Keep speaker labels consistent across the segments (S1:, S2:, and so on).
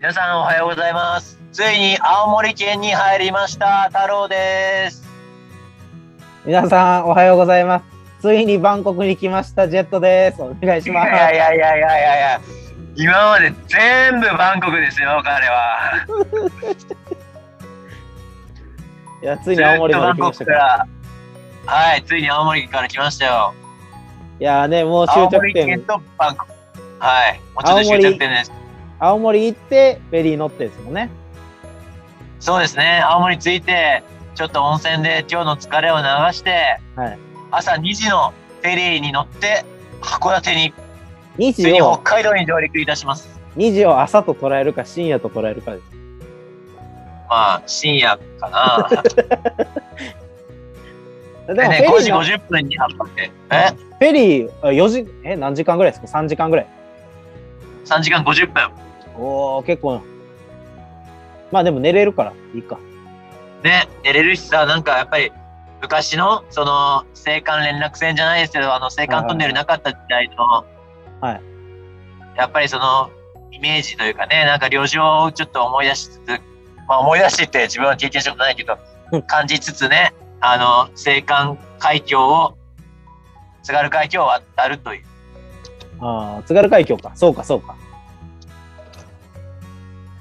S1: 皆さんおはようございます。ついに青森県に入りました。太郎です。
S2: 皆さん、おはようございます。ついにバンコクに来ました、ジェットです。お願いし
S1: い
S2: ま
S1: や
S2: す。
S1: いやいやいやいやいや。今まで全部バンコクですよ、彼は。
S2: いや、ついに青森まで来まし
S1: ず
S2: たか
S1: っと
S2: ら。
S1: バンコクから。はい、ついに青森から来ましたよ。
S2: いやーね、もう終
S1: 青
S2: 着
S1: 森県
S2: 点、
S1: とバンコク。はい、もうちょっと終着点です。
S2: 青森行って、フェリー乗ってですもんね。
S1: そうですね、青森着いて、ちょっと温泉で今日の疲れを流して、
S2: はい
S1: 朝2時のフェリーに乗って、函館に、
S2: 2
S1: つい
S2: 時
S1: に北
S2: を、
S1: 海道に上陸いたします。
S2: 2時を朝と捉えるか、深夜と捉えるかです。
S1: まあ、深夜かな。
S2: でも、
S1: でね、
S2: フェ
S1: 5
S2: リ
S1: 時
S2: ーの、フ
S1: 50分に発ってえ
S2: ェリー、あ4時、え、何時間ぐらいですか ?3 時間ぐらい。
S1: ?3 時間50分。
S2: おー、結構。まあでも寝れるから、いいか。
S1: ね、寝れるしさ、なんかやっぱり、昔の、その、青函連絡船じゃないですけど、あの、青函トンネルなかった時代の、
S2: はい
S1: やっぱりその、イメージというかね、なんか旅情をちょっと思い出しつつ、まあ思い出してって自分は経験したことないけど
S2: うん、
S1: 感じつつね、あの、青函海峡を、津軽海峡を渡るという。
S2: ああ、津軽海峡か。そうか、そうか。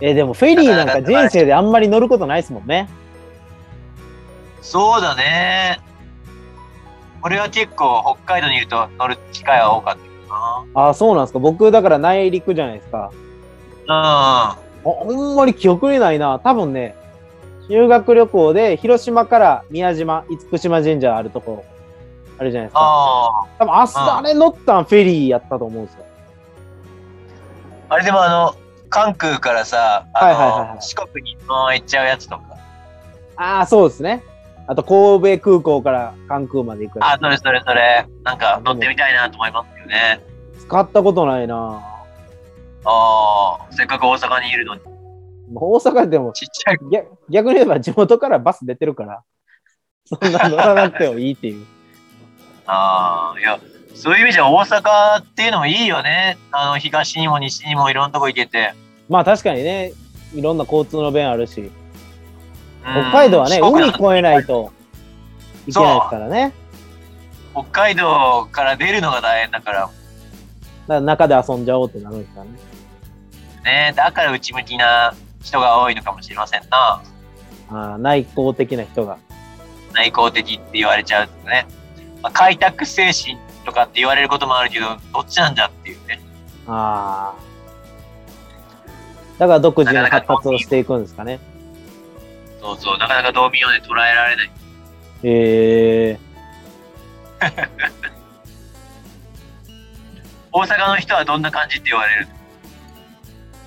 S2: えーでもフェリーなんか人生であんまり乗ることないですもんね。
S1: そうだね。俺は結構北海道にいると乗る機会は多かったけど
S2: ああ、そうなんですか。僕、だから内陸じゃないですか。
S1: な。
S2: あほんまに記憶にないな。多分ね、修学旅行で広島から宮島、厳島神社あるとこ、あるじゃない
S1: うん。
S2: ですか。
S1: あ
S2: 多分明日あれ乗ったんフェリーやったと思うんですよ。
S1: あ。あれでもあの、関空からさ、あの、
S2: はいはいはいはい
S1: 四国にそのまま行っちゃうやつとか。
S2: ああ、そうですね。あと、神戸空港から関空まで行くや
S1: あ、それそれそれ。なんか乗ってみたいなと思いますよね。
S2: つ。使ったことないな。
S1: ああ。せっかく大阪にいるのに。
S2: 大阪でも
S1: ちっちゃい。
S2: 逆逆に言えば地元からバス出てるから、そんな乗らなくてもいいっていう。
S1: ああ。いや、そういう意味じゃ大阪っていうのもいいよね。あの、東にも西にもいろんなとこ行けて。
S2: まあ確かにね、いろんな交通の便あるし、
S1: うん
S2: 北海道はね、
S1: 四国
S2: 海
S1: なん
S2: 越えないといけないですからね。
S1: 北海道から出るのが大変だから。
S2: だから中で遊んじゃおうってなるんですからね。
S1: ね、だから内向きな人が多いのかもしれませんな。
S2: ああ内向的な人が。
S1: 内向的って言われちゃうとね。まあ、開拓精神とかって言われることもあるけど、どっちなんだっていうね。
S2: ああ。だから独自の発達をしていくんですかね。
S1: そうそう、なかなか道民をね、捉えられない。
S2: へえ
S1: 大阪の人はどんな感じって言われる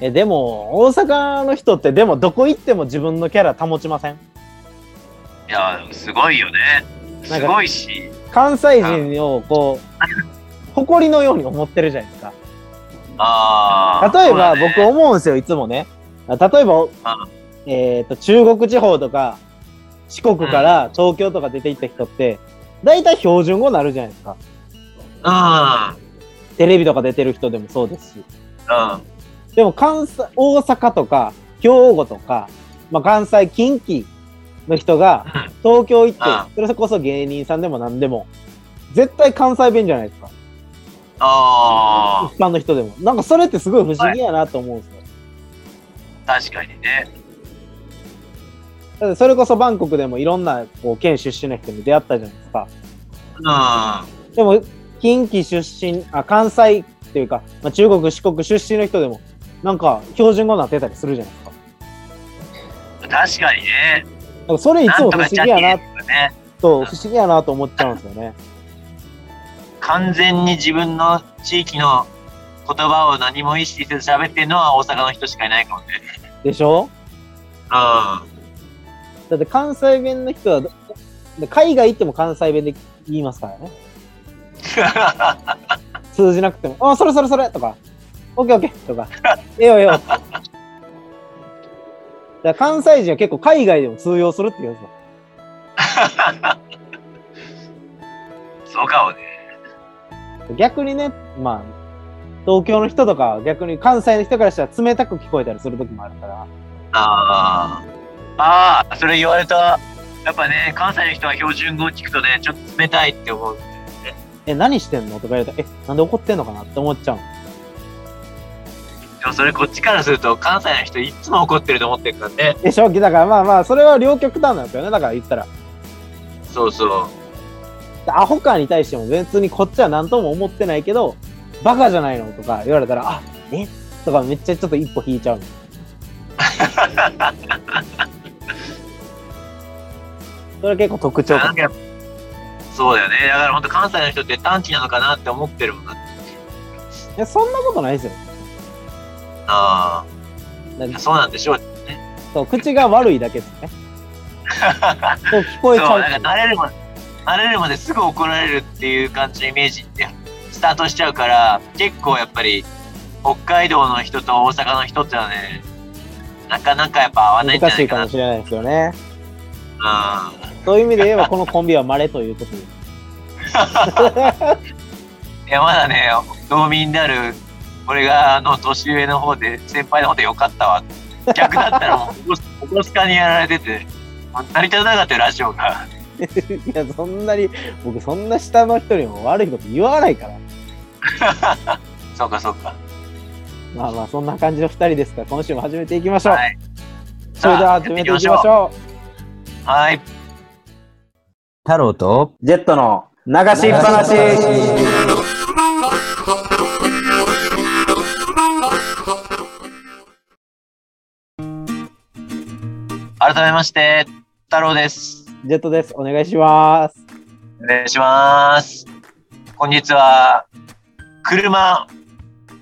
S2: え、でも、大阪の人って、でもどこ行っても自分のキャラ保ちません
S1: いや、すごいよね。
S2: なん
S1: す
S2: か
S1: ごいし。
S2: 関西人をこう、誇りのように思ってるじゃないですか。
S1: ああ。
S2: 例え
S1: そ
S2: ば、
S1: うだね
S2: 僕思うんですよ、いつもね。例えば、えっ、と、中国地方とか、四国から東京とか出て行った人って、大体標準語になるじゃないですか。テレビとか出てる人でもそうですし。
S1: うん。うん。
S2: でも関西、大阪とか、兵庫とか、まあ、関西、近畿の人が
S1: うん
S2: 東京行っ
S1: う
S2: て、それこそ芸人さんでも何でも、絶対関西弁じゃないですか。
S1: ああ。
S2: 一般の人でも。なんかそれってすごい不思議やなと思うんですよ。
S1: 確かにね。
S2: だってそれこそバンコクでもいろんなこう県出身の人に出会ったじゃないですか。
S1: うん。あ
S2: でも近畿出身、あ関西っていうか、まあ、中国、四国出身の人でも、なんか標準語になってたりするじゃないですか。
S1: 確かにね。
S2: なんかそれいつ
S1: なん
S2: も
S1: とか
S2: 不思議
S1: じゃ
S2: やな
S1: ねえとかね。
S2: と、不思議やなと思っちゃうんですよね。
S1: 完全に自分の地域の言葉を何も意識せず喋ってるのは大阪の人しかいないかもね。
S2: でしょ
S1: う
S2: だって関西弁の人は、だ海外行っても関西弁で言いますからね。
S1: ん。
S2: 通じなくても、あ、それそれそれとか、オッケーオッケーとか、ええよええよ。だから関西人は結構海外でも通用するって言うんですよ。
S1: そうかもね。
S2: 逆にね、まあ、東京の人とかは逆に関西の人からしたら冷たく聞こえたりする時もあるから
S1: ああ。ああ、それ言われた。やっぱね、関西の人は標準語を聞くとね、ちょっと冷たいって思う。
S2: 「え何してんの?」とか言われたら「えなんで怒ってんのかな?」って思っちゃう
S1: でもそれこっちからすると、関西の人いつも怒ってると思ってるからね。
S2: でしょだからまあまあそれは両極端なんですよねだから言ったら
S1: そうそう。
S2: アホかに対しても別にこっちは何とも思ってないけどバカじゃないのとか言われたら「あえとかめっちゃちょっと一歩引いちゃうのそれは結構特徴
S1: なんかやっぱそうだよね。だから本当関西の人って短期なのかなって思ってるもんな。
S2: いやそんなことないですよ
S1: あ
S2: だ
S1: あ、そうなんでしょう。
S2: そう口が悪いだけですねそう聞こえちゃ
S1: そうう、
S2: っ
S1: な
S2: ていうん
S1: か慣れるまで、慣れるまですぐ怒られるっていう感じのイメージってスタートしちゃうから、結構やっぱり、北海道の人と大阪の人ってのはね、なかなかやっぱ合わないんじゃ
S2: 難
S1: な
S2: しい
S1: いか
S2: か
S1: な。
S2: もしれないですよね
S1: う
S2: そういう意味で言えばこのコンビは稀ということ
S1: ん。
S2: で
S1: いや、まだね、農民である、俺があの年上の方で、先輩の方でよかったわ。逆だったら もう、おこすかにやられてて、もう成り立たなかったよ、ラジオが。
S2: いや、そんなに、僕、そんな下の人にも悪いこと言わないから。
S1: そうか、そうか。
S2: まあまあ、そんな感じの二人ですから、今週も始めていきましょう。
S1: はい。
S2: それでは始めていきましょう。
S1: はい。
S3: 太郎と、
S2: ジェットの流しっぱなし。
S1: 改めまして、太郎です。
S2: ジェットです。お願いします。
S1: お願いします。本日は、車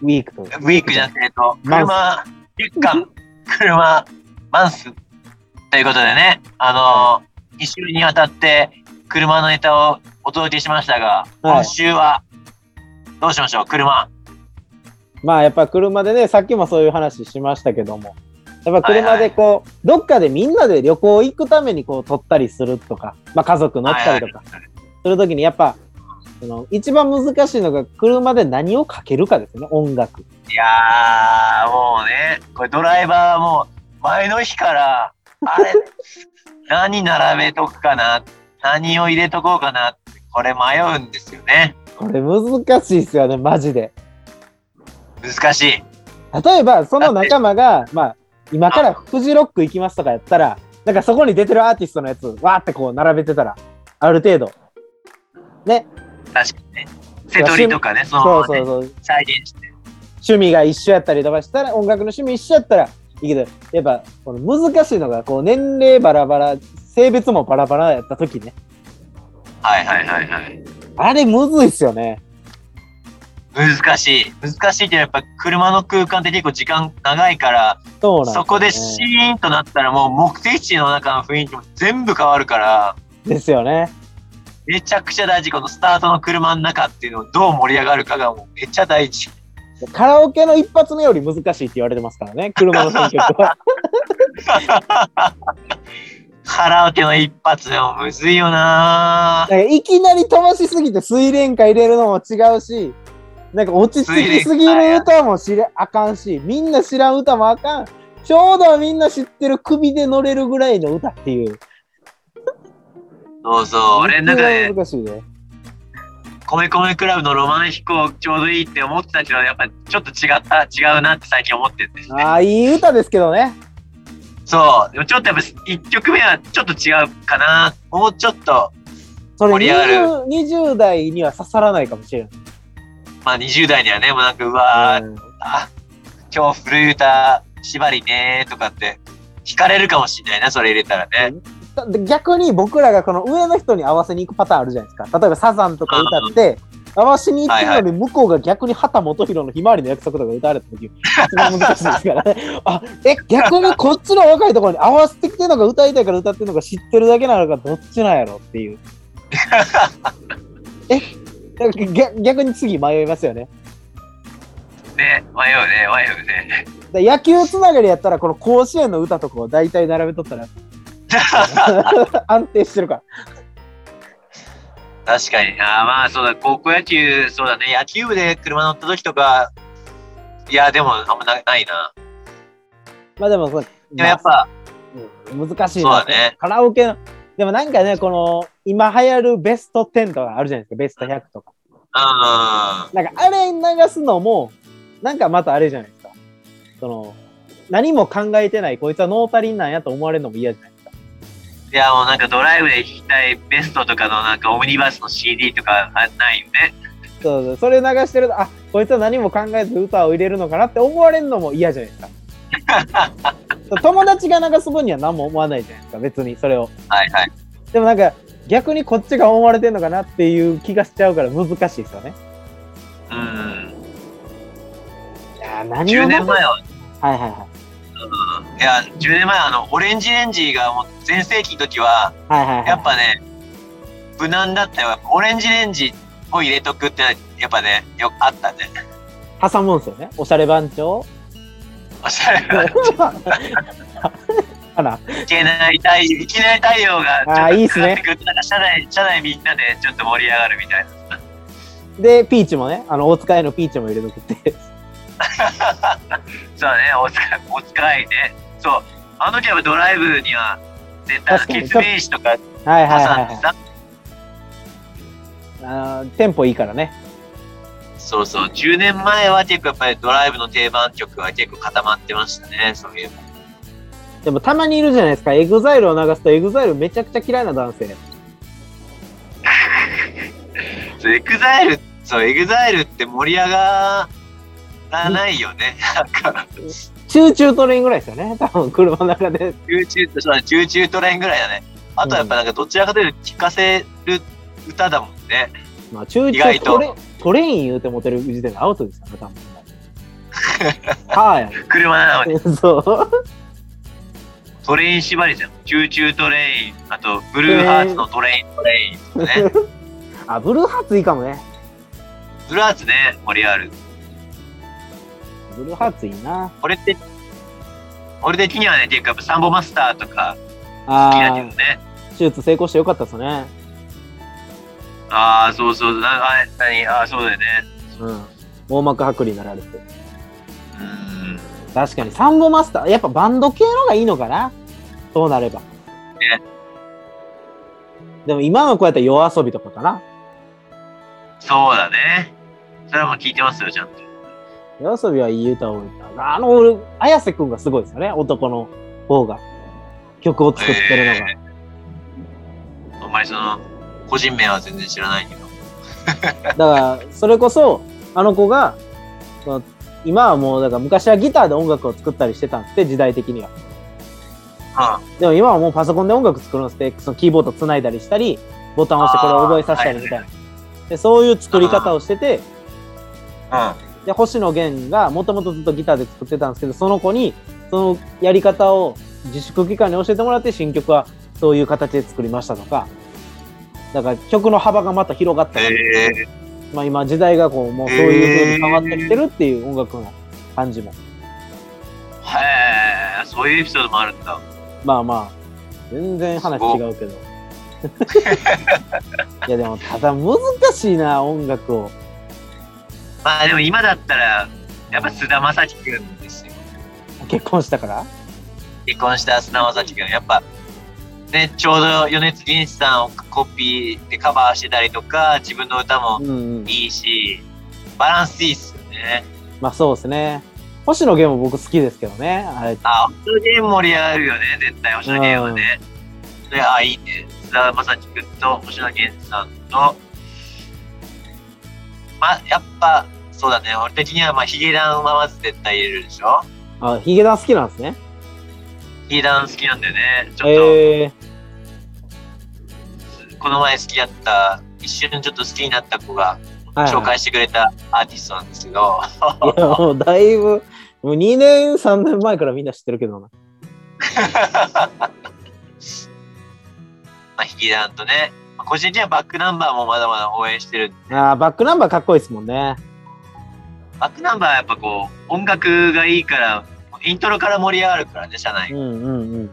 S2: ウィークと。
S1: ウィークじゃなくて、えっと、
S2: マンス
S1: 車月間、車マンスということでね、あの、一週にわたって車のネタをお届けしましたが、
S2: はい
S1: 今週は、どうしましょう、車。
S2: まあ、やっぱ車でね、さっきもそういう話しましたけども、やっぱ車でこう、どっかでみんなで旅行行くためにこう、撮ったりするとか、まあ、家族乗ったりとか、するときに、やっぱ、その一番難しいのが車で何をかけるかですよね、音楽。
S1: いやー、もうね、これドライバーはもう、前の日から、あ れ、何並べとくかな、何を入れとこうかなって、これ迷うんですよね。
S2: これ難しいですよね、マジで。
S1: 難しい。
S2: 例えば、その仲間が、まあ、今からフジロック行きますとかやったら、なんかそこに出てるアーティストのやつ、わーってこう並べてたら、ある程度。
S1: 確かにね。セトリとかね、そのま
S2: そ
S1: ま
S2: う
S1: ね
S2: そうそう。
S1: 再現して。
S2: 趣味が一緒やったりとかしたら、音楽の趣味一緒やったらいいけど、やっぱ、この難しいのが、こう、年齢バラバラ、性別もバラバラやった時ね。
S1: はいはいはいはい。
S2: あれ、むずいっすよね。
S1: 難しい。難しいってやっぱ車の空間って結構時間長いから、
S2: そうなんすよね
S1: そこでシーンとなったらもう目的地の中の雰囲気も全部変わるから、
S2: ですよね。
S1: めちゃくちゃ大事。このスタートの車の中っていうのをどう盛り上がるかがもうめっちゃ大事。
S2: カラオケの一発目より難しいって言われてますからね、車の選 曲は。
S1: カラオケの一発でもむずいよな
S2: なんかいきなり飛ばしすぎて水蓮花入れるのも違うし、なんか落ち着きすぎる歌も知らあかんし、みんな知らん歌もあかん。ちょうどみんな知ってる首で乗れるぐらいの歌っていう。
S1: そうそう。俺の中で、
S2: 難しいね。
S1: 米米クラブのロマン飛行ちょうどいいって思ってたけど、やっぱちょっと違った、違うなって最近思ってるんですね。
S2: ああ、いい歌ですけどね。
S1: そう。でもちょっとやっぱ1曲目はちょっと違うかな。もうちょっと、
S2: それ
S1: 盛り上がる
S2: 20, 20代には刺さらないかもしれない。
S1: まあ20代にはね、もうなんか、うわー、
S2: うん
S1: あ、今日古い歌、縛りねーとかって、惹かれるかもしれないな、それ入れたらね。
S2: だで逆に僕らがこの上の人に合わせに行くパターンあるじゃないですか。例えばサザンとか歌って、合わせに行ってるのに向こうが逆に畑基博のひまわりの約束とか歌われた時、一番難しいですから ね。あ、え、逆にこっちの若いところに合わせてきてるのか歌いたいから歌ってるのか知ってるだけなのかどっちなんやろっ ていう。え、だから逆逆に次迷いますよね。
S1: ね、迷うね、迷うね。
S2: だから野球つながりやったらこの甲子園の歌とかを大体並べとっ たら安定してるから。
S1: 確かに。あーまあそうだ、高校野球、そうだね、野球部で車乗った時とか、いや、でも、あんまなないな。
S2: まあでもそう、
S1: でもやっぱ、
S2: うん難しい
S1: そう
S2: な
S1: だね。
S2: カラオケの、でもなんかね、この、今流行るベスト10とかあるじゃないですか、ベスト100とか。
S1: うん。
S2: なんか、あれ流すのも、なんかまたあれじゃないですか。その、何も考えてない、こいつはノータリンなんやと思われるのも嫌じゃないですか。
S1: いや、もうなんかドライブで聴きたいベストとかのなんかオムニバスの CD とかあないよね。
S2: そうそう、それ流してると、あ、こいつは何も考えず歌を入れるのかなって思われるのも嫌じゃないですか。 友達が流す分には何も思わないじゃないですか、別にそれを。
S1: はいはい。
S2: でもなんか、逆にこっちが思われてるのかなっていう気がしちゃうから難しいですよね。
S1: うん。
S2: いやー何
S1: 10
S2: を
S1: 年前は、
S2: はいはいはい。
S1: うんいや、10年前はあの、オレンジレンジがもう全盛期の時は、
S2: はいはいはい。
S1: やっぱね、無難だったよ。やっぱオレンジレンジを入れとくってのは、やっぱね、よくあった ね。
S2: 挟むんですよね。おしゃれ 番長。
S1: おしゃれな。
S2: あら、
S1: いけない太陽、いけない太陽が、ちょっと
S2: あーいいっすね
S1: かかってくるなんか車内、車内みんなでちょっと盛り上がるみたいな。
S2: で、ピーチもね、あの、大塚へのピーチも入れとくって。
S1: そうだね、おつか、おつかいね。そう。あの時はドライブには、絶
S2: 確か
S1: 対、
S2: に
S1: ケツメイシとか
S2: はいはいはい
S1: 挟ん
S2: は
S1: で
S2: い
S1: さ、
S2: あー。テンポいいからね。
S1: そうそう、10年前は結構やっぱりドライブの定番曲は結構固まってましたね、そういう。
S2: でもたまにいるじゃないですか。エグザイルを流すと、エグザイルめちゃくちゃ嫌いな男性。
S1: そう、エグザイル、そう、エグザイルって盛り上がらないよね。 なんか、
S2: チューチュートレインぐらいですよね。 多分、車の中で。
S1: 集中と、そうだね、集中トレインぐらいだね。あとはやっぱなんかどちらかというと聴かせる歌だもんね。
S2: まあ、チューチュートレイン、トレイン言うてモテる時点でアウトですからね、多分。は
S1: 車なのに。
S2: い。 そう。
S1: トレイン縛りじゃん。チューチュートレイン、あと、ブルーハーツのトレイントレインとかね。
S2: あ、ブルーハーツいいかもね。
S1: ブルーハーツね、盛り上がる。
S2: ブルーハーツいいな。
S1: 俺って、俺的にはね、結構やっぱサンボマスターとか好きだけ
S2: あ
S1: どね。
S2: あ、手術成功してよかったですね。
S1: ああ、そうそう、なあ何ああ、そうだよね。
S2: うん。網膜剥離になられて。
S1: うーん。
S2: 確かに、サンボマスター、やっぱバンド系のがいいのかなそうなれば。
S1: ね
S2: でも今のこうやって夜遊びとかかな
S1: そうだね。それはもう聞いてますよ、ちゃんと。
S2: 夜遊びはいい歌多いな。あの、俺、綾瀬くんがすごいですよね、男の方が。曲を作ってるのが。
S1: あんまりその、個人名は全然知らないけど。
S2: だから、それこそ、あの子が、まあ今はもう、だから昔はギターで音楽を作ったりしてたんですって、時代的には。
S1: う
S2: でも今はもうパソコンで音楽作るのって、そのキーボード繋いだりしたり、ボタンを押してこれを覚えさせたりみたいな。でそういう作り方をしてて、
S1: ん。
S2: で星野源がもともとずっとギターで作ってたんですけど、その子にそのやり方を自粛期間に教えてもらって、新曲はそういう形で作りましたとか、だから曲の幅がまた広がったり、
S1: ええ
S2: まあ、今時代がこうもうそういう風に変わってきてるっていう音楽の感じも。
S1: はい、そういうエピソードもあるんだ。
S2: まあまあ、全然話違うけど。いやでも、ただ難しいな、音楽を。
S1: まあでも今だったら、やっぱ菅田将暉くんですよ。
S2: 結婚したから
S1: 結婚した菅田将暉君やっぱねちょうど米津玄師さんをコピーでカバーしてたりとか自分の歌も
S2: うんうん。
S1: いいしバランスいいっすよね
S2: まあそうですね。星野源も僕好きですけどね。あれ
S1: あ星野源盛り上がるよね絶対星野源はねであいいね菅田将暉君と星野源さんとまあやっぱそうだね俺的にはまあヒゲダンはまず絶対入れるでしょ
S2: あ、ヒゲダン好きなんですね。
S1: ヒゲダン好きなんだよねちょっと、
S2: ええ
S1: この前好きだった一瞬ちょっと好きになった子が
S2: はい
S1: 紹介してくれたアーティストなんですけど、
S2: いや、もうだいぶ、もう2年、3年前からみんな知ってるけどな。
S1: まあヒゲダンとね、まあ個人的にはバックナンバーもまだまだ応援してる。
S2: あーバックナンバーかっこいいですもんね。
S1: バックナンバーはやっぱこう、音楽がいいから、イントロから盛り上がるからね、社内。
S2: う
S1: バ
S2: んうんうん。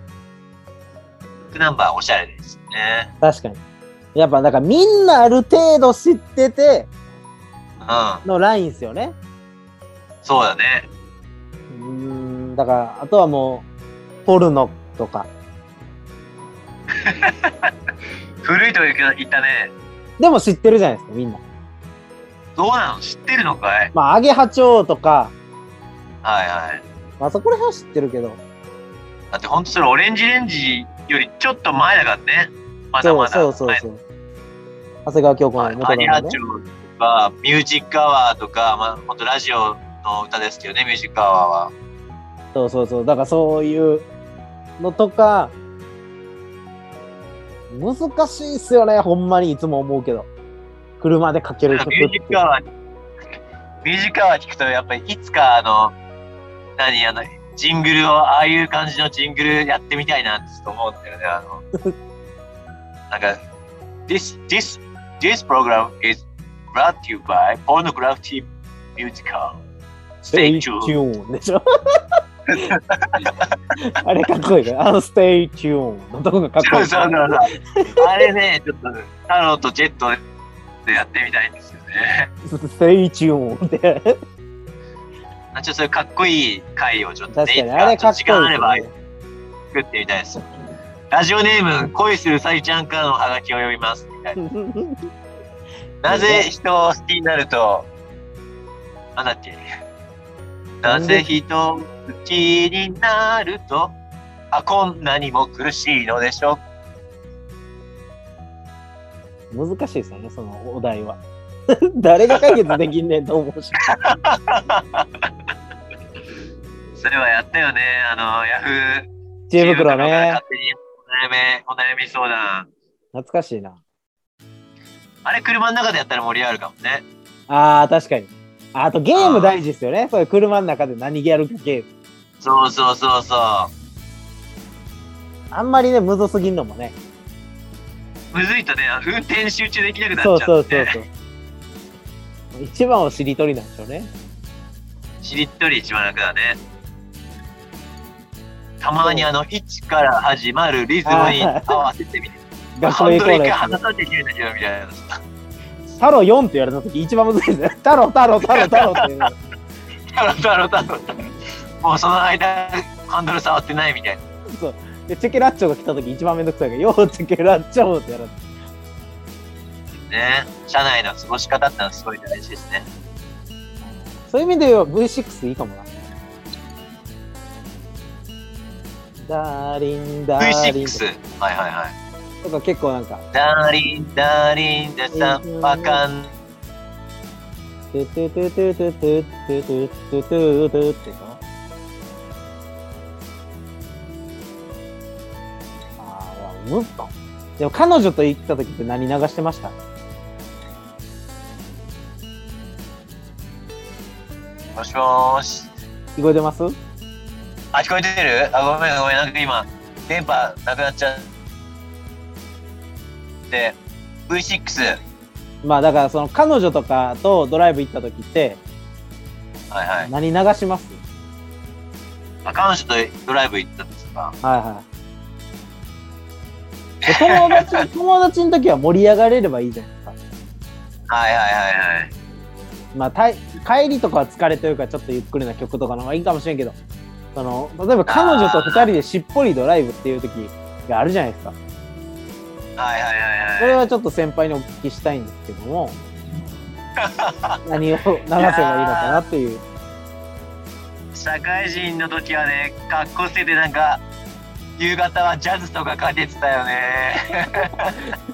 S1: ックナンバーはおしゃれですよね。
S2: 確かに。やっぱ、だからみんなある程度知ってて
S1: う
S2: のラインですよね。
S1: ん。そうだね。
S2: うーんだからあとはもうポルノとか
S1: 古いとこ行く行ったね。
S2: でも知ってるじゃないですかみんな
S1: どうなの知ってるのかい
S2: まあアゲハチョウとか、
S1: はいはい。
S2: まあ、そこら辺は知ってるけど
S1: だってほんとそれオレンジレンジよりちょっと前だからね。まだ
S2: そう
S1: まだ。
S2: そうそうそう長谷川京子の元
S1: アニ
S2: 旦那
S1: ラ
S2: ね
S1: チョとか、ミュージックアワーとか、まあ、ほんとラジオの歌ですけどね、ミュージックアワーは。
S2: そうそうそうだからそういうのとか難しいっすよねほんまにいつも思うけど車でかける曲
S1: ミュージックアワーに、ミュージックアワー聞くと、やっぱりいつかあの、何、あの、ジングルを、ああいう感じのジングルやってみたいなってちょっと思うんだよね。あの、なんか、This, this, this program is brought to you by Pornography Musical. Stay
S2: ス
S1: tuned.
S2: ューンでしょ あれかっこいいからあのステイチューンのとこがかっこ
S1: そ
S2: いうい
S1: そうそうそう。あれね、ちょっと、タロとジェットでやってみたいんですよね。
S2: ステイチューンって
S1: あちょっとそういうかっこいい回をちょっとね、
S2: 確かにあれ
S1: いつちょ
S2: かっ
S1: と時間あれば
S2: こいい、ね、
S1: 作ってみたいです。ラジオネーム、恋するサイちゃんからのハガキを読みます。みたいななぜ人を好きになると、なんだっけ。なぜ人を好きになると、あ、こんなにも苦しいのでしょう。
S2: 難しいですよねそのお題は 誰が解決できんねんと 思うし
S1: それはやったよね。あの、ヤフー。
S2: 知恵袋ね
S1: 勝手にお悩み、お悩み相談。
S2: 懐かしいな
S1: あれ、車の中でやったら盛り上がるかもね。
S2: あー確かにあとゲーム大事ですよねそういう車の中で何やるかゲーム
S1: そうそうそうそう。
S2: あんまりねむずすぎんのもね
S1: むずいとね、運転集中できなくなっちゃ
S2: そううそ
S1: ん
S2: う
S1: で
S2: そうそう一番をしりとりなんでしょうね
S1: しりっとり一番楽だね。たまにあの、1から始まるリズムに合わせてみて。
S2: 学校
S1: ハ
S2: へ
S1: ン
S2: 行
S1: ド
S2: こ
S1: ル一回
S2: うね
S1: 離さてきるんだけど、みたいな。
S2: 太郎4って言われた時一番むずいですね太郎太郎太郎太郎って言うの
S1: タロタロタロタロもうその間、ハンドル触ってないみたいな。
S2: でチェケラッチョが来た時一番めんどくさいから「ようチェケラッチョ」ってやる
S1: ね。車内の過ごし方ってのはすごい大事ですね。
S2: そういう意味で言えば V6 いいかもなダーリンダーリン
S1: V6。はいはいはい。
S2: とか結構なんか
S1: ダーリン、ダーリン、ダサンパカン。
S2: 「トゥトゥトゥトゥトゥトゥトゥトゥトゥトゥ」っていうかああうわむっとでも彼女と行った時って何流してました
S1: もしもーし。
S2: 聞こえてます
S1: あ、聞こえてるあ、ごめんごめん。なんか今、電波なくなっちゃって。V6。
S2: まあだからその彼女とかとドライブ行った時って
S1: はいはい。
S2: 何流します
S1: あ、彼女とドライブ行ったんですか
S2: はいはい。で友達、友達の時は盛り上がれればいいじゃないですか。
S1: はいはいはいはい。
S2: まあ、たい帰りとかは疲れてるからちょっとゆっくりな曲とかの方がいいかもしれんけど、その、例えば彼女と二人でしっぽりドライブっていう時があるじゃないですか。
S1: はいはいはい
S2: そ
S1: はい。
S2: れはちょっと先輩にお聞きしたいんですけども、何を流せばいいのかなっていう。
S1: 社会人の時はね、格好しててなんか、夕方はジャズとかかけてたよね。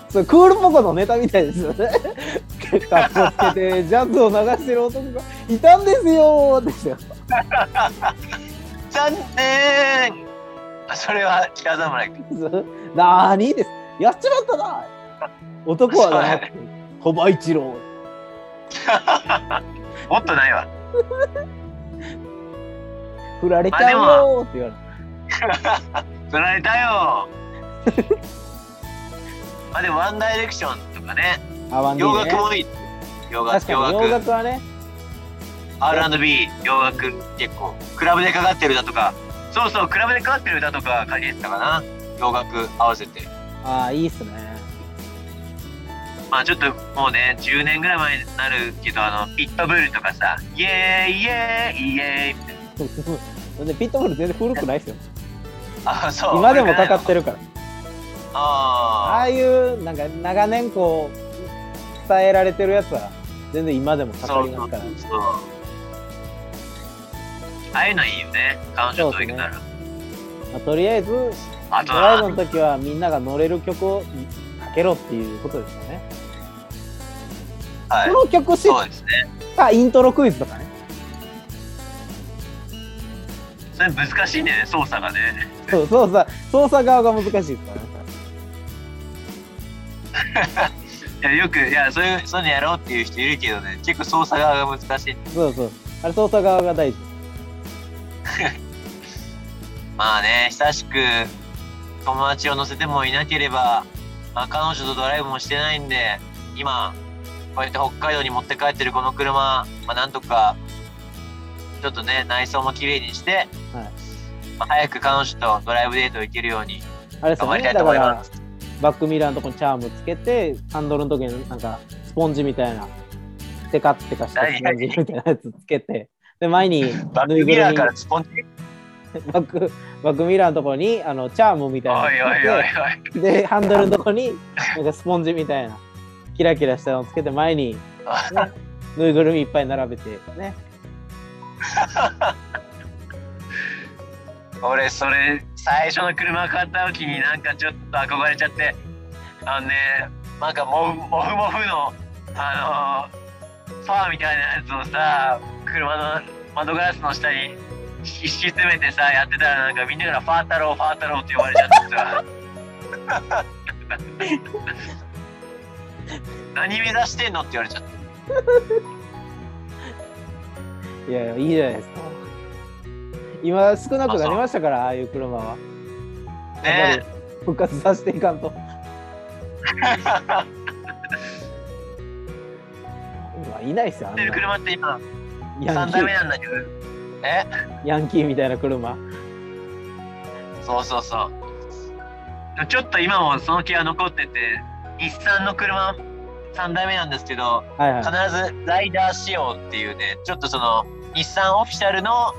S2: そうクールポコのネタみたいですよね。格好つけてジャズを流してる男がいたんですよーですよ。
S1: 残念あそれは北侍君。
S2: なーにです。やっちまったな。男はなくて、鳥羽一郎。
S1: もっとないわ。
S2: 振られたよーって言われる。
S1: 取られたよ まあでもワンダイレクションとかね
S2: あわんね
S1: 洋
S2: ー
S1: 楽
S2: ね。
S1: もいい洋楽
S2: 確
S1: 洋
S2: かに洋
S1: 楽
S2: 楽はね、
S1: R&B 洋楽結構クラブでかかってる歌とかそうそうクラブでかかってる歌とかかけてたかな洋楽合わせて
S2: ああ、いいっすね。
S1: まあちょっともうね、10年ぐらい前になるけど、あの、ピットブルとかさ、イエーイイエーイイエーイみたいな。
S2: でピットブル全然古くないですよ。
S1: あ、そう。
S2: 今でもかか
S1: て
S2: ってるから。あ
S1: あ
S2: あいう、なんか長年こう、伝えられてるやつは、全然今でも
S1: あ、
S2: かか
S1: そ
S2: り
S1: うそ
S2: ま
S1: う
S2: すから。
S1: そう。ああいうのいいよね、彼女と行くなら。
S2: まあとりあえず、ド
S1: あと
S2: ライブ
S1: は、
S2: の時はみんなが乗れる曲をかけろっていうことですよね。
S1: はい
S2: こ、の曲知っ
S1: そうですね。
S2: たイントロクイズとかね。
S1: それ難しいんだよね、操作がね。
S2: そう操作、操作側が難しいですからね。
S1: いや、よく、いや、そういう、そういうのやろうっていう人いるけどね、結構操作側が難しい。
S2: そうそう。あれ操作側が大事。
S1: まあね、久しく友達を乗せてもいなければ、まあ、彼女とドライブもしてないんで、今、こうやって北海道に持って帰ってるこの車、まあ、なんとか、ちょっとね、内装も綺麗にして、
S2: はい
S1: まあ、早く彼女とドライブデート行けるように、
S2: あれですよ
S1: 頑張
S2: ね、だか
S1: りたいと思い
S2: ら、バックミラーのとこにチャームつけて、ハンドルの時になんか、スポンジみたいな、テカテカしたスポンジみたいなやつつけて、で、前に、
S1: バックミラーからスポンジ、
S2: バック、バックミラーのとこに、あの、チャームみたいな
S1: おいおいおいおい
S2: のつ、けてで、ハンドルのとこに、なんかスポンジみたいな、キラキラしたのつけて、前に、ね、ぬいぐるみいっぱい並べて、ね。
S1: 俺、それ、最初の車買った時になんかちょっと憧れちゃって、あのね、なんかモフモフモフの、あのー、ファーみたいなやつをさ、車の窓ガラスの下に敷き詰めてさ、やってたらなんかみんなからファー太郎、ファー太郎って呼ばれちゃってさ。何目指してんのって言われちゃった。
S2: いやいや、いいじゃないですか。今、少なくなりましたから、ああいう車は。やっ
S1: ね
S2: ぱり復活させていか んと。今いないですよ、あ
S1: 乗って
S2: ん
S1: る
S2: な
S1: 車って今、
S2: ヤ
S1: 3
S2: ンキ
S1: 代目
S2: ー
S1: なんだけど、え
S2: ヤンキーみたいな車。
S1: そうそうそう。ちょっと今もその気が残ってて、日産の車3台目なんですけど、
S2: はいはい
S1: 必。ずライダー仕様っていうね、ちょっとその日産オフィシャルの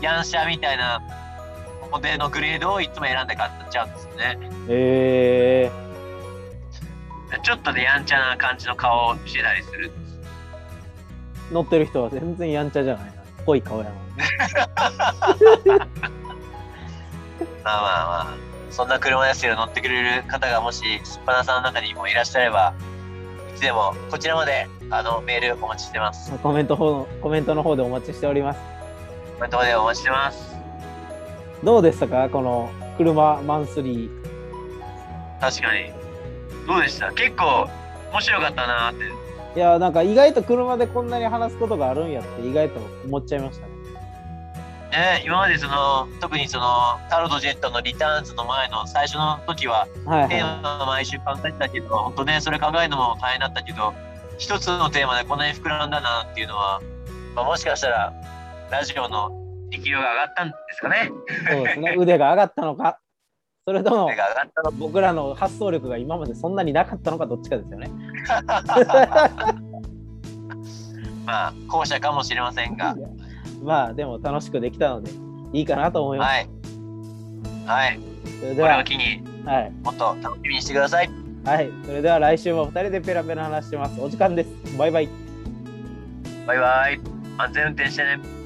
S1: ヤン車みたいなモデルのグレードをいつも選んで買っちゃうんですよね。
S2: え
S1: ちょっとね、やんちゃな感じの顔をしてたりする。
S2: ー、乗ってる人は全然やんちゃじゃないな。濃い顔や な。
S1: まあまあまあ、そんな車ですけど乗ってくれる方がもし、すっぱなさんの中にもいらっしゃれば、いつでもこちらまであのメールお待ちしてます。
S2: コメント方のコメントの方でお待ちしております。
S1: コメントまでお待ちしてます。
S2: どうでしたかこの車マンスリー。
S1: 確かにどうでした結構面白かったなーって
S2: いやなんか意外と車でこんなに話すことがあるんやって意外と思っちゃいましたね。
S1: ね今までその特にそのタロとジェットのリターンズの前の最初の時は
S2: はい
S1: テー
S2: は
S1: マを毎週考えてたけど本当ねそれ考えるのも大変だったけど一つのテーマでこんなに膨らんだなっていうのは、まあ、もしかしたらラジオの力量が上がったんですかね
S2: い。そうですね。腕が上がったのか。それとも
S1: 手が上がったの
S2: 僕らの発想力が今までそんなになかったのかどっちかです よね。
S1: まあ後者かもしれませんが
S2: まあでも楽しくできたのでいいかなと思います。
S1: はいはい
S2: それで
S1: これを
S2: は、
S1: 機に
S2: はい、
S1: もっと楽しみにしてください
S2: はい、それでは来週も二人でペラペラ話してます。お時間です。バイバイ。
S1: バイバイ安全運転してね